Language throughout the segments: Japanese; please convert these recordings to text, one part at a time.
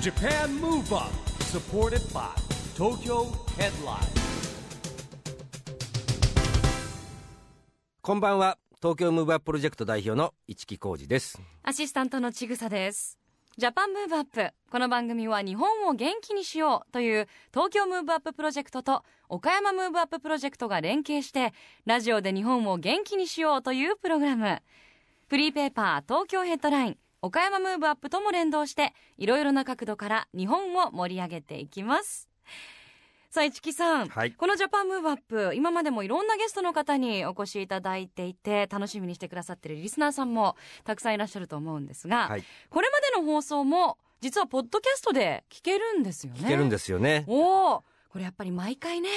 Japan Move Up supported by Tokyo Headline こんばんは東京ムーブアッププロジェクト代表の市木浩二ですアシスタントのちぐさです。ジャパンムーブアップ。この番組は日本を元気にしようという東京ムーブアッププロジェクトと岡山ムーブアッププロジェクトが連携してラジオで日本を元気にしようというプログラム。フリーペーパー東京ヘッドライン岡山ムーブアップとも連動していろいろな角度から日本を盛り上げていきます。さあ、市木さん。はいこのジャパンムーブアップ、今までもいろんなゲストの方にお越しいただいていて、楽しみにしてくださってるリスナーさんもたくさんいらっしゃると思うんですが、はいこれまでの放送も、実はポッドキャストで聞けるんですよね。聞けるんですよねおおこれやっぱり毎回ね、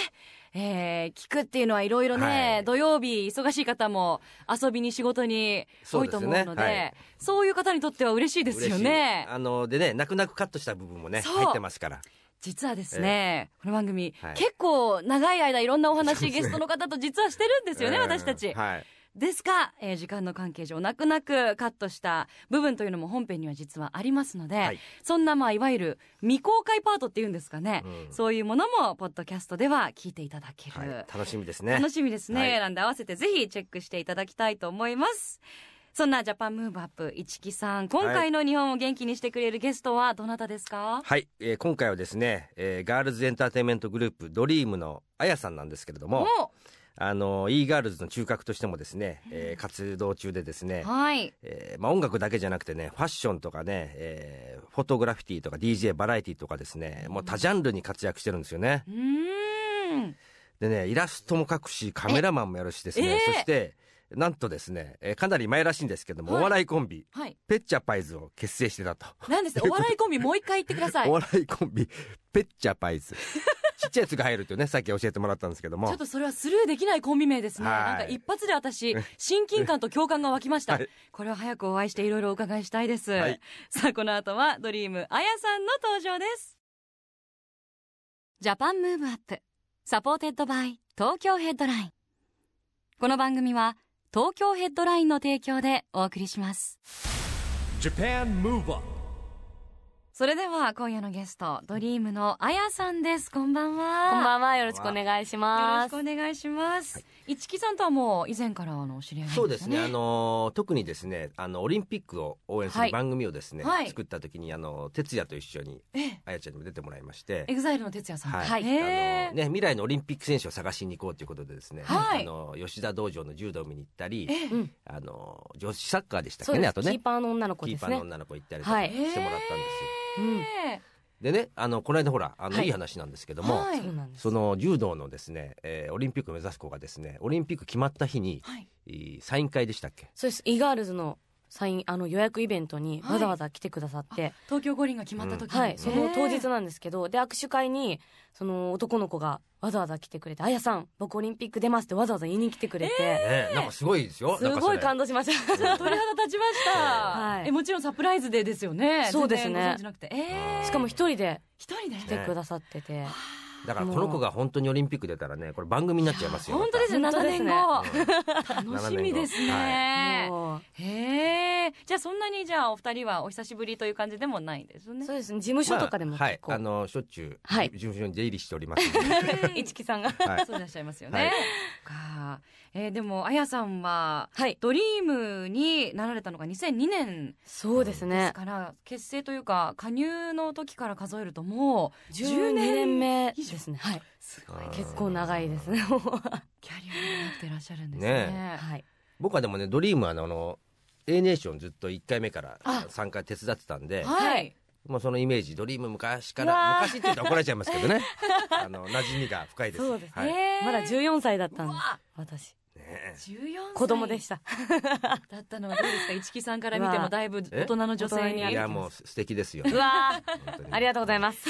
えー聞くっていうのはいろいろね、はい土曜日忙しい方も遊びに仕事に多いと思うそですよので、そうう,、ねはいいう方にとっては嬉しいですよ嬉ねしい。あのでね泣く泣くカットした部分もねそう入ってますから実はですね、この番組、はい結構長い間いろんなお話、ゲストの方と実はしてるんで すよね、うん私たち。はいですが、えー時間の関係上、泣く泣くカットした部分というのも本編には実はありますので、はいそんな、まあ、いわゆる未公開パートっていうんですかね、うんそういうものも、ポッドキャストでは聞いていただけはいる。楽しみですね楽しみですね、はいなんで合わせてぜひチェックしていただきたいと思います。そんなジャパンムーブアップ、市木さん、今回の日本を元気にしてくれるゲストはどなたですか、はい、えー今回はですね、えーガールズエンターテインメントグループドリームのあやさんなんですけれどももあの e ガールズの中核としてもですね、えー活動中でですねう、はい。えーまあ、音楽だけじゃなくてねファッションとかね、えーフォトグラフィティとか DJ バラエティとかですねもう多ジャンルに活躍してるんですよねうーん。でねイラストも描くしカメラマンもやるしですえね、えそしてなんとですね、えーかなり前らしいんですけども、はいお笑いコンビはい。ペッチャパイズを結成してたと、なんですお笑いコンビもう一回言ってください。おち笑いコンビペッチャパイズ ちっちゃいやつが入るっていうねさっき教えてもらったんですけどもょっとそれはスルーできないコンビ名ですね。はいなんか一発で私、親近感と共感が湧きました。はいこれは早くお会いしていろいろお伺いしたいです。はいさあ、この後はドリームあやさんの登場です。ジャパンムーブアップ。サポーテッドバイ東京ヘッドライン。この番組は東京ヘッドラインの提供でお送りします。 Japan Move Up それでは今夜のゲスト、ドリームのあやさんです。こんばんは。こんばんは、よろしくお願いしよろましすく。お願いします。一木さんとはもう以前からあのお知り合いなんそうですね、よあのー特にですねあのオリンピックを応援すはるい番組をですね、はい作った時にあの哲也と一緒にええあやちゃんにも出てもらいましてエグザイルの哲也さん。はいはいあのええね、未来のオリンピック選手を探しに行こうということでですね、はいあの吉田道場の柔道を見に行ったり、うんあの女子サッカーでしたっそうけねです、あとキねーパーの女の子キでーパすーのね。女の子行ったりとかはいしてもらったんですよ、うんえでねあのこの間ほらあの、、はいいい話なんですけえども、はいそうなんです。その柔道のですね、えーオリンピックを目指す子がですねオリンピック決まった日に、はいえーサイン会でしたっけそうです。イガールズのサイン、あの予約イベントにはいわざわざ来てくださって、東京五輪が決まった時に、はい、その当日のなんですけど、で、握手会に、その男の子がわざわざ来てくれて、あやさん、僕オリンピック出ますってわざわざ言いに来てくれて、ねなんかすごいですよすごい感動動しました。鳥肌立ちました。はいえもちろんサプライズでですよね。そうです全ね然ご存知なくて。ええしかも一人で一人で。来てくださってて、だからこの子が本当にオリンピック出たらねこれ番組になっちゃいますよ本当ですね。本当7です年ね後。うん楽しみですね。もうへえ。じゃあそんなにじゃあお二人はお久しぶりという感じでもないですねそ。うですね、事務所とかでもまあは結い、あ構、のしょっちゅう、はい事務所に出入りしておりますんで 一木さんが。はいそういらっしゃいますよね。はいかえーでもあやさんははい、ドリームになられたのが2002年そうですですね。から、結成というか加入の時から数えるともう12年目ですね。はい。すごいですね結構長いです ね、もう。キャリアになっていらっしゃるんですねね。はい。僕はでもねドリームはあのあの A ネーションずっと1回目からあ参加手伝ってたんではい、はいもうそのイメージドリーム昔かうわらー昔って言ったら怒られちゃいますけど ねあの馴染みが深いですそうですねはいねえーまだ14歳だったんですうわ、私。え14歳子供でした。だったのはどうですか一木さんから見てもだいぶ大人の女性にいえ大人やにもう素敵ですようわー本当に ありがとうございます。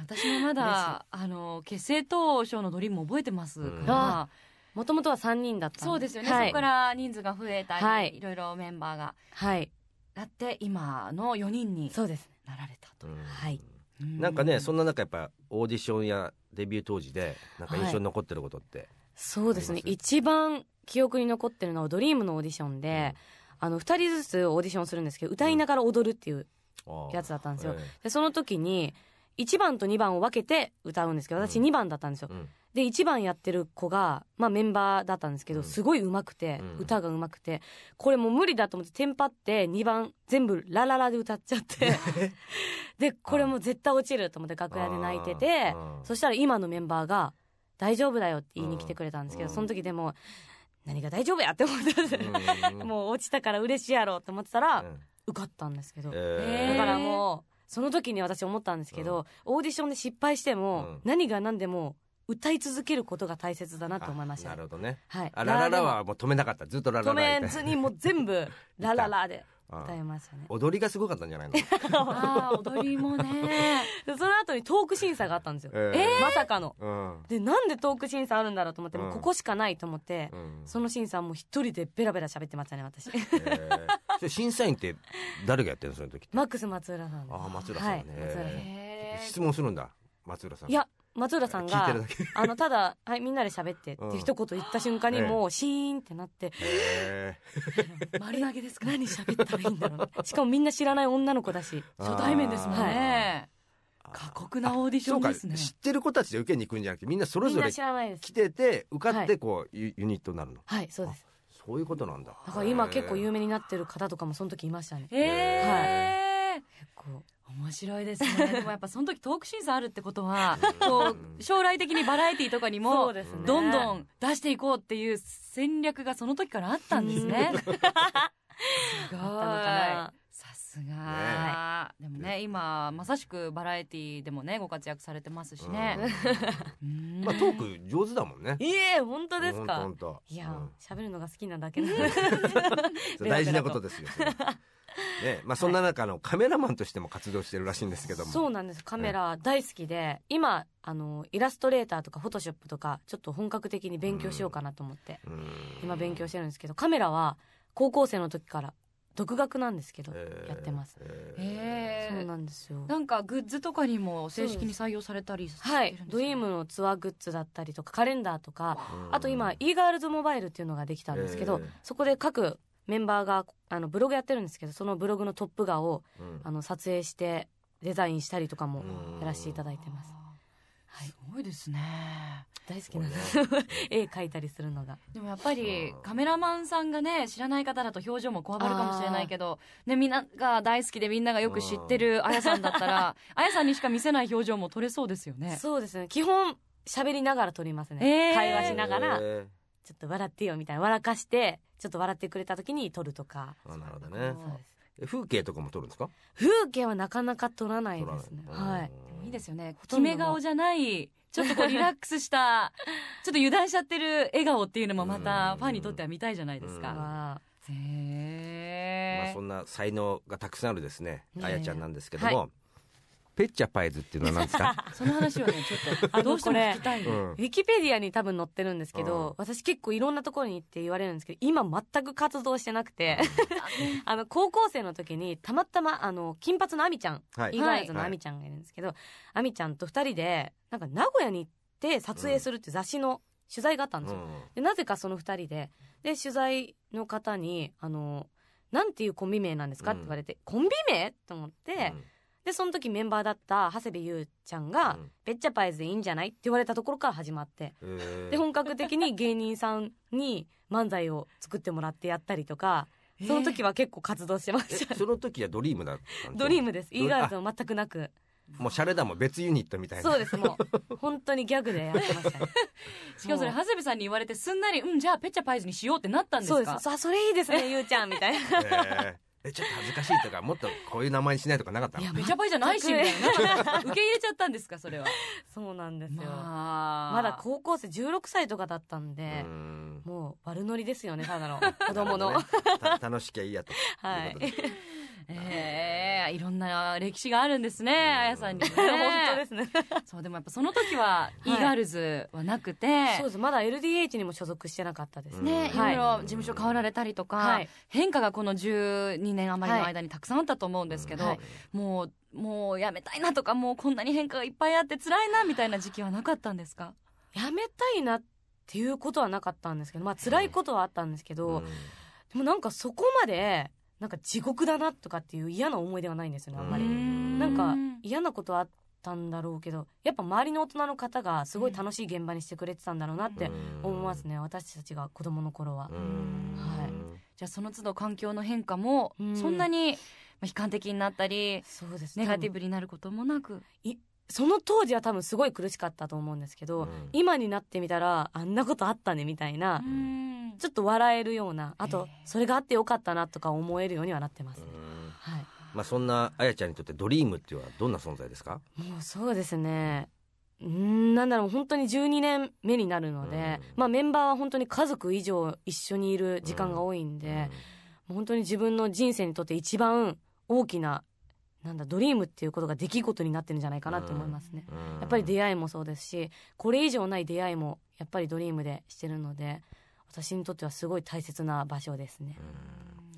私もまだあの結成当初のドリーム覚えてますうんから、もともとは3人だったのそうですよね、はそいこか。ら人数が増えたり、はいい、ろいろメンバーがはい。あって今の4人にそうですね。なられたとう、んはい。うんなんかねそんな中やっぱオーディションやデビュー当時でなんか印象に残ってることって、そうですねあ。りま一番記憶に残ってるのはドリームのオーディションで、あの、2人ずつオーディションするんですけど、歌いながら踊るっていうやつだったんですよえでその時に1番と2番を分けて歌うんですけど私うん2番だったんですよえうんで1番やってる子が、まあ、メンバーだったんですけど、うんすごい上手くて、うん歌が上手くてこれもう無理だと思ってテンパって2番全部「ラララ」で歌っちゃって でこれもう絶対落ちると思って楽屋で泣いててうんそしたら今のメンバーが「大丈夫だよ」って言いに来てくれたんですけど、うんその時でも「何が大丈夫や」って思ってうん もう落ちたから嬉しいやろって思ってたら、うん受かったんですけど、えへだーえからもうその時に私思ったんですけど、オーディションで失敗しても、うん何が何でも歌い続けることが大切だなと思いましあたねなるほどねはいあラララはもう止めなかったずっとララ止ラやめりたいず にもう全部ラララでうん歌いましたね踊りがすごかったんじ ゃないのあー踊りもねでその後にトーク審査があったんですよ、えまさかのうんでなんでトーク審査あるんだろうと思って、もううんここしかないと思って、うんその審査はもう一人でベラベラ喋ってましたね私えーそれ審査員って誰がやってるのその時ってマックス松浦さんですああ松浦さんねはい、松浦さんへー質問するんだ松浦さんいや松浦さん聞いてがるだ けあのただ、はい、みんなで喋ってって一言言った瞬間にうんもうシーンってなってえ丸投げですか何喋ったらいいんだろうねしかもみんな知らない女の子だしー初対面ですもんね、ー過酷なオーディショそうンかで知すねってる子たちで受けに行くんじゃなくてみんなそれみんぞなれ知らないです来てて受かっはてこうユユニットになるのはいそうですそういうことなんだだから今結構有名名になってる方とかもその時いましたねへえ、結構面白いですねでもやっぱその時トーク審査あるってことはこう将来的にバラエティとかにもですねどんどん出していこうっていう戦略がその時 からあったんですねすごい なさすが、でもね今まさしくバラエティでもねご活躍されてますしね、うんまあトーク上手だもんねいえ 本当ですか本当本当いやうん喋るのが好きなだけなのでベラベラと大事なこと ですよそれねまあそんな中あのカメラマンとしても活動してるらしいんですけどもそうなんですカメラ大好きで今あのイラストレーターとかフォトショップとかちょっと本格的に勉強しようかなと思ってうん今勉強してるんですけどカメラは高校生の時から独学なんですけどえーやってます、えーへそうーなんですよなんかグッズとかにも正式に採用されたりしてはるんいですねドリームのツアーグッズだったりとかカレンダーとかうんあと今 e ガールズモバイルっていうのができたんですけど、えーそこで各メンバーがあのブログやってるんですけどそのブログのトップ画をうんあの撮影してデザインしたりとかもうんやらせていただいてますあーはいすごいですね大好きなんですすごい ね絵描いたりするのがでもやっぱりうんカメラマンさんがね知らない方だと表情もこわばるかもしれないけど、ね、みんなが大好きでみんながよく知ってるあやさんだったらあやさんにしか見せない表情も撮れそうですよね。そうですね基本喋りながら撮りますえねー会話しながらえちょーっと笑ってよみたいな笑かしてちょっと笑ってくれた時に撮るとかあなるほどそねうです風景とかも撮るんですか風景はなかなか撮らないですね撮らなはういんでもいいですよねと決んどのめ顔じゃないちょっとこうリラックスしたちょっと油断しちゃってる笑顔っていうのもまたファンにとっては見たいじゃないですうんか。わへまあ、ーそんな才能がたくさんあるですね、ねえあやちゃんなんですけども、ペッチャパイズっていうのは何です か、その話はねちょっとどうしても聞きたい、うねあんウィキペディアに多分載ってるんですけうんど私結構いろんなところに行って言われるんですけど今全く活動してなくて あの高校生の時にたまたまあの金髪のアミちゃんはいイーガールズのアミちゃんがいるんですけどアミちゃんと2人でなんか名古屋に行って撮影するっていう雑誌の取材があったんですよでなぜかその2人でで取材の方にあの「なんていうコンビ名なんですか?」って言われて「コンビ名?」と思って、でその時メンバーだった長谷部優ちゃんがうん「べっちゃパイズでいいんじゃない?」って言われたところから始まってで本格的に芸人さんに漫才を作ってもらってやったりとかその時は結構活動してま した、その時はドリームだったんドリームですドリ e ガールズも全くなくもうシャレだもん別ユニットみたいなそうですもう本当にギャグでやってましたねしかもそれ長谷部さんに言われてすんなり「うんじゃあペッチャパイズにしよう」ってなったんですそかうですあそれいいですね優ちゃんみたいなへーえちょっと恥ずかしいとかもっとこういう名前にしないとかなかったのいやめちゃパイじゃないしみたいな受け入れちゃったんですかそれはそうなんですよ、まあまだ高校生16歳とかだったんうで、んもう悪ノリですよねただの子供の、なるほどねた 楽しきゃいいやとはいいうことでええいろんな歴史があるんですねあやさんにもね 本当ですねそうでもやっぱその時は e ガールズはなくてそうですまだ LDH にも所属してなかったですね、ね、はいいろいろ事務所変わられたりとか、はい変化がこの12年余りの間にたくさんあったと思うんですけど、はいもうもうやめたいなとかもうこんなに変化がいっぱいあって辛いなみたいな時期はなかったんですかやめたいなっていうことはなかったんですけどまあ辛いことはあったんですけど、うんでもなんかそこまでなんか地獄だなとかっていう嫌な思い出はないんですよねあんまりう。んなんか嫌なことはあったんだろうけどやっぱ周りの大人の方がすごい楽しい現場にしてくれてたんだろうなって思いますね私たちが子供の頃はう。んはいじゃあその都度環境の変化もうんそんなにまあ悲観的になったりそうですネガティブブになることもなくその当時は多分すごい苦しかったと思うんですけど、うん今になってみたらあんなことあったねみたいな、うんちょっと笑えるようなあへとえそれがあってよかったなとか思えるようにはなってますね、うんはいまあそんなあやちゃんにとってドリームっていうのはどんな存在ですかもうそうですねうーんなんだろう本当に12年目になるので、うんまあ、メンバーは本当に家族以上一緒にいる時間が多いんで、もう本当に自分の人生にとって一番大きななんだドリームっていうことが出来事になってるんじゃないかなって思いますね。やっぱり出会いもそうですしこれ以上ない出会いもやっぱりドリームでしてるので私にとってはすごい大切な場所ですね。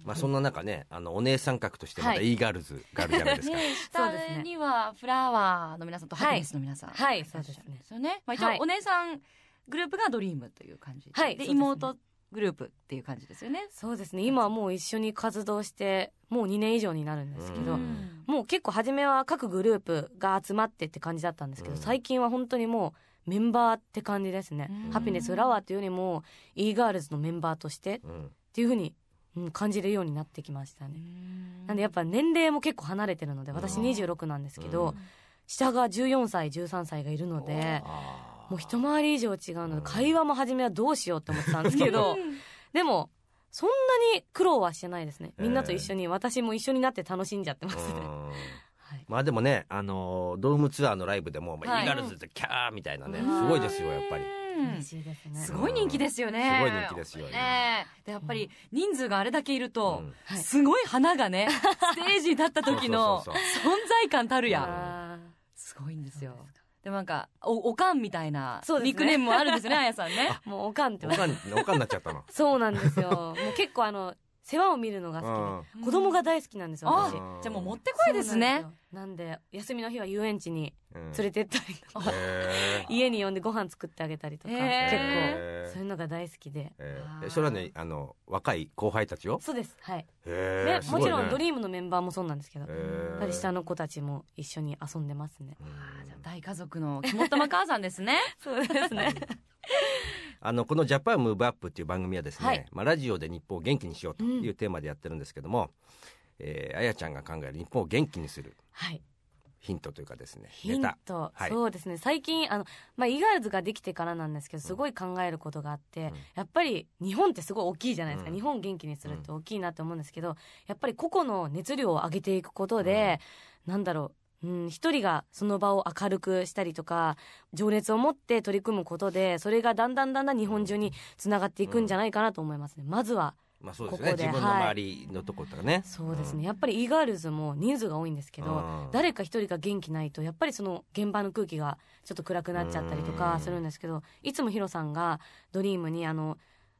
まあそんな中ねあのお姉さん格としてまた e ガールズがあるじゃないですかねそうです下 ねにはフラワーの皆さんとはいハピネスの皆さんはいいらっしゃそうるんですねですよね、まあ、一応はいお姉さんグループがドリームという感じで,、はいそうですね妹グループっていう感じですよねそうですね今はもう一緒に活動してもう2年以上になるんですけうど、んもう結構初めは各グループが集まってって感じだったんですけど、うん最近は本当にもうメンバーって感じですね、うんハピネスフラワーっていうよりも e ガールズのメンバーとしてっうんていうふうに、うん感じるようになってきましたね、なんでやっぱ年齢も結構離れてるので私うん26なんですけど、うん下が14歳13歳がいるのであーもう一回り以上違うのうんで会話も初めはどうしようって思ってたんです け どうんでもそんなに苦労はしてないですねみんなと一緒に私も一緒になって楽しんじゃってますね、うんはいまあでもねあのドームツアーのライブでもまあはい e ガールズってキャーみたいなねうすんごいですよやっぱりうん嬉しいですねすごい人気ですよねすごい人気ですよねえでやっぱり人数があれだけいると、うんはいすごい花がねステージに立った時のそ存うそう在感たるやんあーすごいんですよそうですかでもなんかおおかんみたいなそうですねニックネームもあるんですよねあやさんねもうおかんっておかんおかんになっちゃ ったのそうなんですよもう結構あの世話を見るのが好きうんで子供が大好きなんですよあ私うんじゃあもうもってこいですねそうなんですよなんで休みの日は遊園地に連連れてったりとか、 家に呼んでご飯作ってあげたりとか、へ結構そういうのが大好きでえあーー、それはねあの若い後輩たちをそうですはい、へでもちろんドーリームのメンバーもそうなんですけど、やっぱり下のの子たちも一緒に遊んでますねあーじゃあ大家族の肝っ玉母さんですねそうです ねあのこの「ジャパンムーブアップっていう番組はですね、はいまあ、ラジオで日本を元気にしようというテーマでやってるんですけども、えーあやちゃんが考える日本を元気にするはいヒントというかですねヒンネタト、はいそうですね最近あの、まあ、イガールズができてからなんですけどすごい考えることがあって、やっぱり日本ってすごい大きいじゃないですか、うん日本元気にするって大きいなって思うんですけどやっぱり個々の熱量を上げていくことで、なんだろう、うん、一人がその場を明るくしたりとか情熱を持って取り組むことでそれがだんだんだんだん日本中につながっていくんじゃないかなと思いますね、まずはまあそうですねここで自分の周りのとことかね、そうですねやっぱり e ガールズも人数が多いんですけど、うん誰か一人が元気ないとやっぱりその現場の空気がちょっと暗くなっちゃったりとうかんするんですけどいつもヒロさんがドリームにあの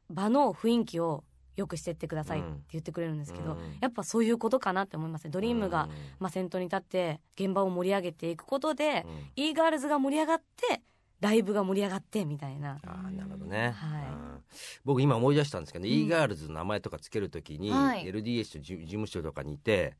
場の雰囲気を良くしてってくださいって言ってくれるんですけど、うんやっぱそういうことかなって思いますねドドリームが、まあ、先頭に立って現場を盛り上げていくことで、e ガールズが盛り上がってライブが盛り上がってみたいなああなるほどね、はいうん僕今思い出したんですけど、e ガールズの名前とかつけるときに、はい LDH とじ事務所とかにいて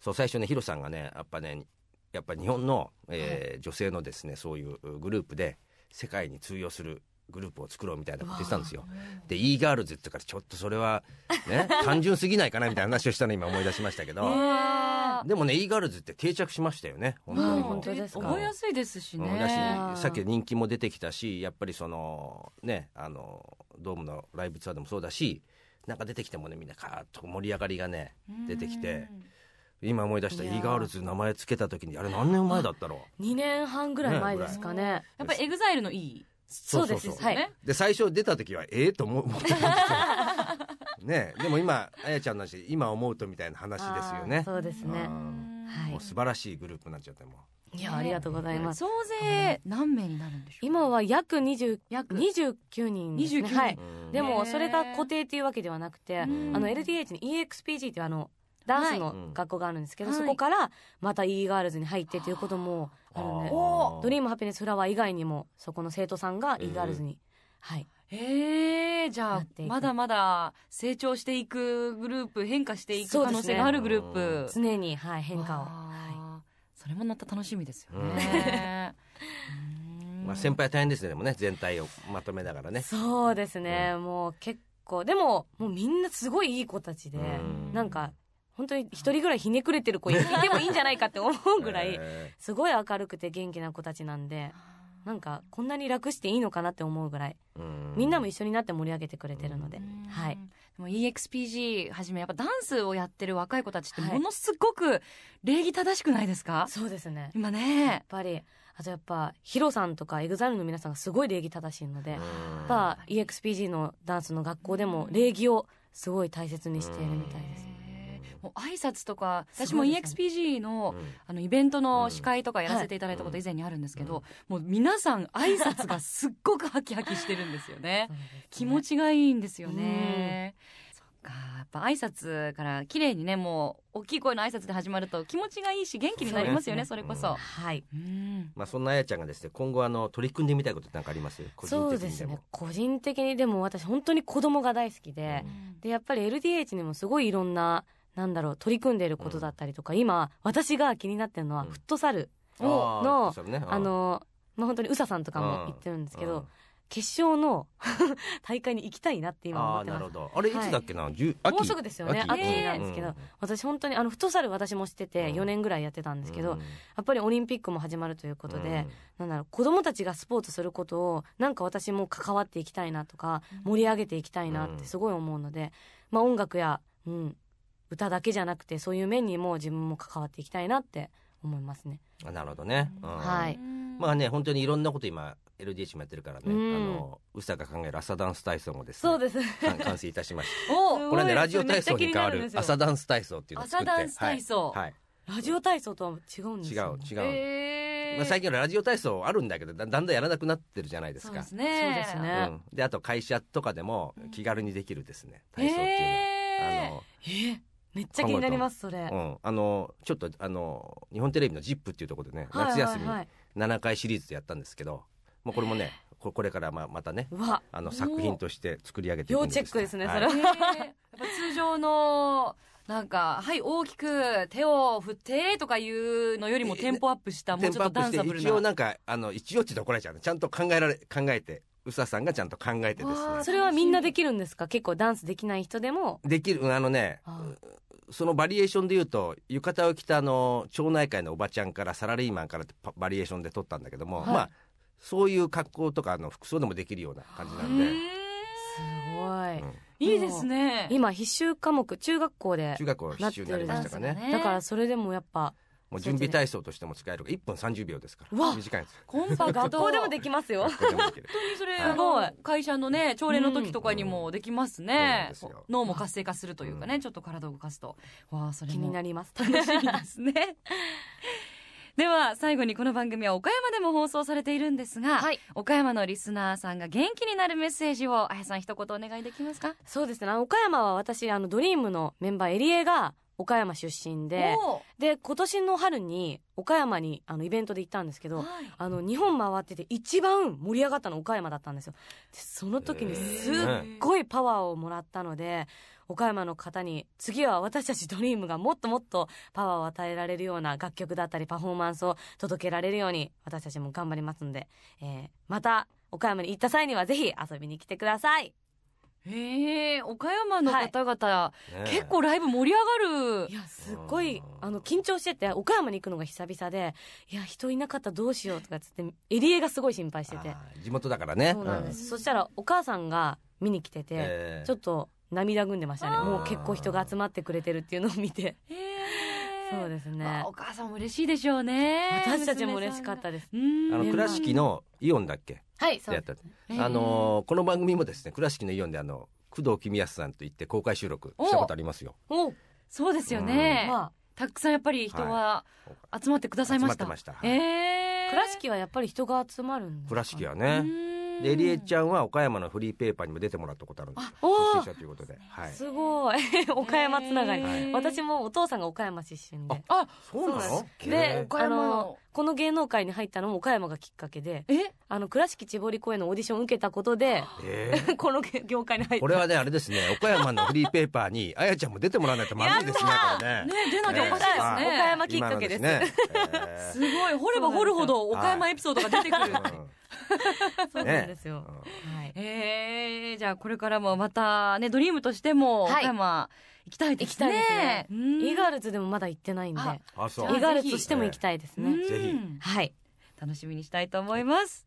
そう最初ねヒロさんがねやっぱねやっぱ日本の、えー女性のですねそういうグループで世界に通用するグループを作ろうみたいなこと言ってたんですよ。で e ガールズってからちょっとそれは、ね、単純すぎないかなみたいな話をしたの今思い出しました けど、あでもね e ガールズって定着しましたよね本当にーもう。本当ですか覚えやすいですしねうんだしさっあき人気も出てきたしやっぱりそのねあのドームのライブツアーでもそうだしなんか出てきてもねみんなカーッと盛り上がりがね出てきて今思い出したい e やーガールズ名前つけた時にあれ何年前だったろう2年半ぐらい前ですかねやっぱりエグザイルのいいそうですはいねで最初出た時はええと思う思ってた んですよねでも今あやちゃんの話今思うとみたいな話ですよあーねそうですねうんはいもう素晴らしいグループになっちゃってもいやありがとうございます総勢何名になるんでしょう今は約20約29人ですね29人はいうんでへもーそれが固定っていうわけではなくて、うんあの LDH に EXPG っていうあのダンスはいうのん学校があるんですけど、はいそこからまた e ガールズに入ってっていうこともあるんで、あードリームハピネスフラワー以外にもそこの生徒さんが e ガールズに、はいへえじゃなあっていくまだまだ成長していくグループ変化していく可能性があるグループ、そうです常に、はい、変化を。はわあそれもまた楽しみですよね、うんまあ、先輩は大変ですねでもね全体をまとめながらいねそうですね、もう結構、でも、もうみんなすごいいい子たちで、うんなんか、本当に一人ぐらいひねくれてる子いてもいいんじゃないかって思うぐら い、えすごい明るくて元気な子たちなんで、なんか、こんなに楽していいのかなって思うぐらい、ーうみんなも一緒になって盛り上げてくれてるので、うんはい。でも EXPG はじめやっぱダンスをやってる若い子たちってはいものすごく礼儀正しくないですか、そうですね。今やっねぱり、あとやっぱ、ヒロさんとか EXILE の皆さんがすごい礼儀正しいので、やっうんぱ EXPG のダンスの学校でも礼儀をすごい大切にしているみたいです。へーもう挨拶とか私もすごいです EXPG のうんあのイベントの司会とかやらせていただいたこと以前にあるんですけど、もう皆さん挨拶がすっごくハキハキしてるんですよね気持ちちがいいんですよね、そっかやっぱ挨拶から綺麗にねもう大きい声の挨拶で始まると気持ちがいいし元気になりますよねそそうでれすねこそ、はい。うんまあ、そんなあやちゃんがですね今後あの取り組んでみたいことって何かあります個人そう的でにですねも。個人的に、でも私本当に子供が大好きで、で、やっぱり LDH にもすごいいろんな、なんだろう、取り組んでいることだったりとか、今、私が気になってるのは、うんフットサル。あーのそうですねあの、まあ、本当に宇佐さんとかも言ってるんですけど、決勝の 大会に行きたいなってうんあ今思っーてなるまほす。どあれいつだっけな、10秋もうすぐですよね。秋秋えーなんですけど、私本当にあのフットサル私もしててうん4年ぐらいやってたんですけど、うやんっぱりオリンピックも始まるということで、うんなんだろう子供たちがスポーツすることをなんか私も関わっていきたいなとか盛り上げていきたいなってすごい思うので、まあ音楽や、うん、歌だけじゃなくてそういう面にも自分も関わっていきたいなって思いますね。あなるほどね、うんはいまあね本当にいろんなこと今 LDH もやってるからね、うんあのウサが考える朝ダンス体操もですねそうです。完 完成いたし ましたおこれはねラジオ体操に変わるめっちゃ気になるんですよ朝ダンス体操っていうのを作朝ってダンス体操、はい、はいラジオ体操とは違うんです違ようね、違う、えーまあ、最近はラジオ体操あるんだけどだだんだんやらなくなってるじゃないですそかうですねそうですねうん、であと会社とかでも気軽にできるですね、体操っていうのは。へーえーめっちゃ気になりますそれ。あのうん、あのちょっとあの日本テレビの「ZIP!」っていうところでねはい夏休みはいはい7回シリーズでやったんですけど、もうこれもねここれからままたねうわあおのー作品として作り上げていく要んチェックですねはそれいは。へーやっぱ通常のなんかはい大きく手を振ってとかいうのよりもテンポアップしたもテうンちポょアっとップダしンサブてル一応ななんかあの一応って言うと怒られちゃうねちゃんと考えられ考えて宇佐さんがちゃんと考えてでわあすそねれはみんなできるんですか結構ダンスできない人でもできるうんあのねあそのバリエーションで言うと浴衣を着たあの町内会のおばちゃんからサラリーマンからってパバリエーションで撮ったんだけども、はいまあそういう格好とかあの服装でもできるような感じなうんで。ーんすごいうんいいですね今必修科目中学校で中学校必修になりましたかダンねスがだからそれでもやっぱもう準備体操としても使えるから1分30秒ですかうらわ短いんですよコンパクト学校でもできますよ学校でもできるそれはいあすごのい会社のね朝礼の時とかにもできますね、うんそうなんですよ脳も活性化するというかね、うちょっと体を動かすとわあそれも 気になります楽し みですねでは最後にこの番組は岡山でも放送されているんですが、はい岡山のリスナーさんが元気になるメッセージをあやさん一言お願いできますかそうですねあの岡山は私あのドリームのメンバーエリエが岡山出身でおで今年の春に岡山にあのイベントで行ったんですけーどはいあの日本回ってて一番盛り上がったの岡山だったんですよでその時にすっごいパワーをもらったので岡山の方に次は私たちドリームがもっともっとパワーを与えられるような楽曲だったりパフォーマンスを届けられるように私たちも頑張りますので、えーまた岡山に行った際にはぜひ遊びに来てくださいへえ岡山の方々、ねえ結構ライブ盛り上がいるやすっごいうんあの緊張してて岡山に行くのが久々でいや人いなかったらどうしようとかっつってエリエがすごい心配しててあー地元だからねそうなんです、うんそしたらお母さんが見に来てて、ええちょっと涙ぐんでましたねあーもう結構人が集まってくれてるっていうのを見てへえそうですねまあお母さんも嬉しいでしょうね私たちも嬉しかったです娘あさんがのうん倉敷のイオンだっけはいそでやうったえーあのーこの番組もですね倉敷のイオンであの工藤公康さんと行って公開収録したことありますよおそうですよね、またくさんやっぱり人は集まってくださいました、集まってましたはいえあえ倉敷はやっぱり人が集まるんですか倉敷はうねーんでりえちゃんは岡山のフリーペーパーにも出てもらったことあるんですお出お身者ということで、はい、すごい 岡山つながり、へー私もお父さんが岡山出身であそうなそうのでへ岡岡山山この芸能界に入ったのも岡山がきっかけでえあの倉敷千堀公園のオーディションを受けたことでーえー この業界に入った これはねあれですね岡山のフリーペーパーにあやちゃんも出てもらわないとまずいですねこれねね出なきゃおかしいでねすね岡山きっかけです今のすすねごい掘れば掘るほど岡山エピソードが出て くるえーそうなんですよ、うんはい、えー、じゃあこれからもまたねドリームとしてもは岡い山行きたいですね、行きたいですうんイーガールズでもまだ行ってないんでああそうじゃイーガールズとしても行きたいですね、うんぜひはい楽しみにしたいと思います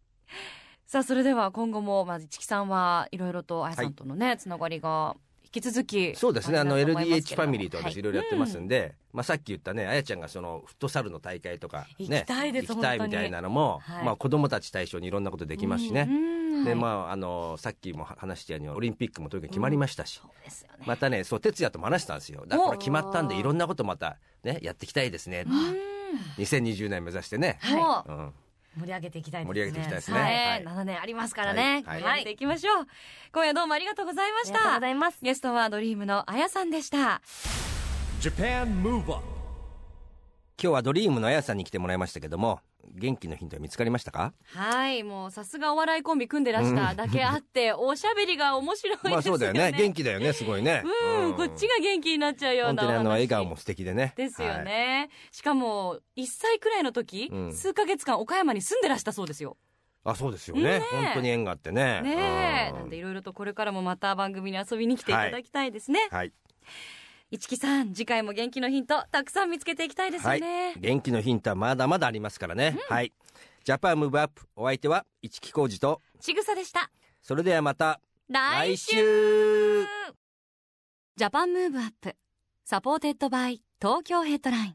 さあそれでは今後もまずチキさんはいろいろとあやさんとのね、つながりが引き続きそうですねあのりだと思います LDH けれどもファミリーとは私いいろいろやってますんで、まあ、さっき言ったねあやちゃんがそのフットサルの大会とか、ね、行きたいです行きたい本み当にたいなのも、はいまあ、子供たち対象にいろんなことできますしね、うんではいまあ、あのさっきも話したようにオリンピックもとにかく決まりましたし、そうですよねまたねそう哲也とも話したんですよだからこれお決まったんでいろんなことまた、ね、やっていきたいですね2020年目指してね、はいもううん、盛り上げていきたいで盛すねり上げていきたいですね、ははいい、7年ありますからね、はいはいやっていきましょう今夜どうもありがとうございまあしりがとうたございますゲストはドリームのあやさんでした。 Japan Move Up 今日はドリームのあやさんに来てもらいましたけども元気のヒントは見つかりましたかはい、もうさすがお笑いコンビ組んでらしただけあって、おしゃべりが面白いですよね。まあそうだよね元気だよねすごいねうん、こっちが元気になっちゃうよう本な当おに話。あの笑顔も素敵でねですよはいね、しかも1歳くらいの時、うん数ヶ月間岡山に住んでらしたそうですよあそうですよねねえ本当に縁があってねねえうんなんでいろいろとこれからもまた番組に遊びに来ていただきたいですね、はい、一木さん次回も元気のヒントたくさん見つけていきたいですはよいね、、元気のヒントはまだまだありますからね、はいジャパンムーブアップお相手は市木浩二とちぐさでしたそれではまた来週週ジャパンムーブアップサポーテッドバイ東京ヘッドライン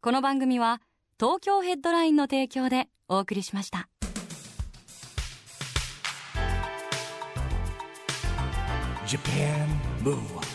この番組は東京ヘッドラインの提供でお送りしました Japan Move Up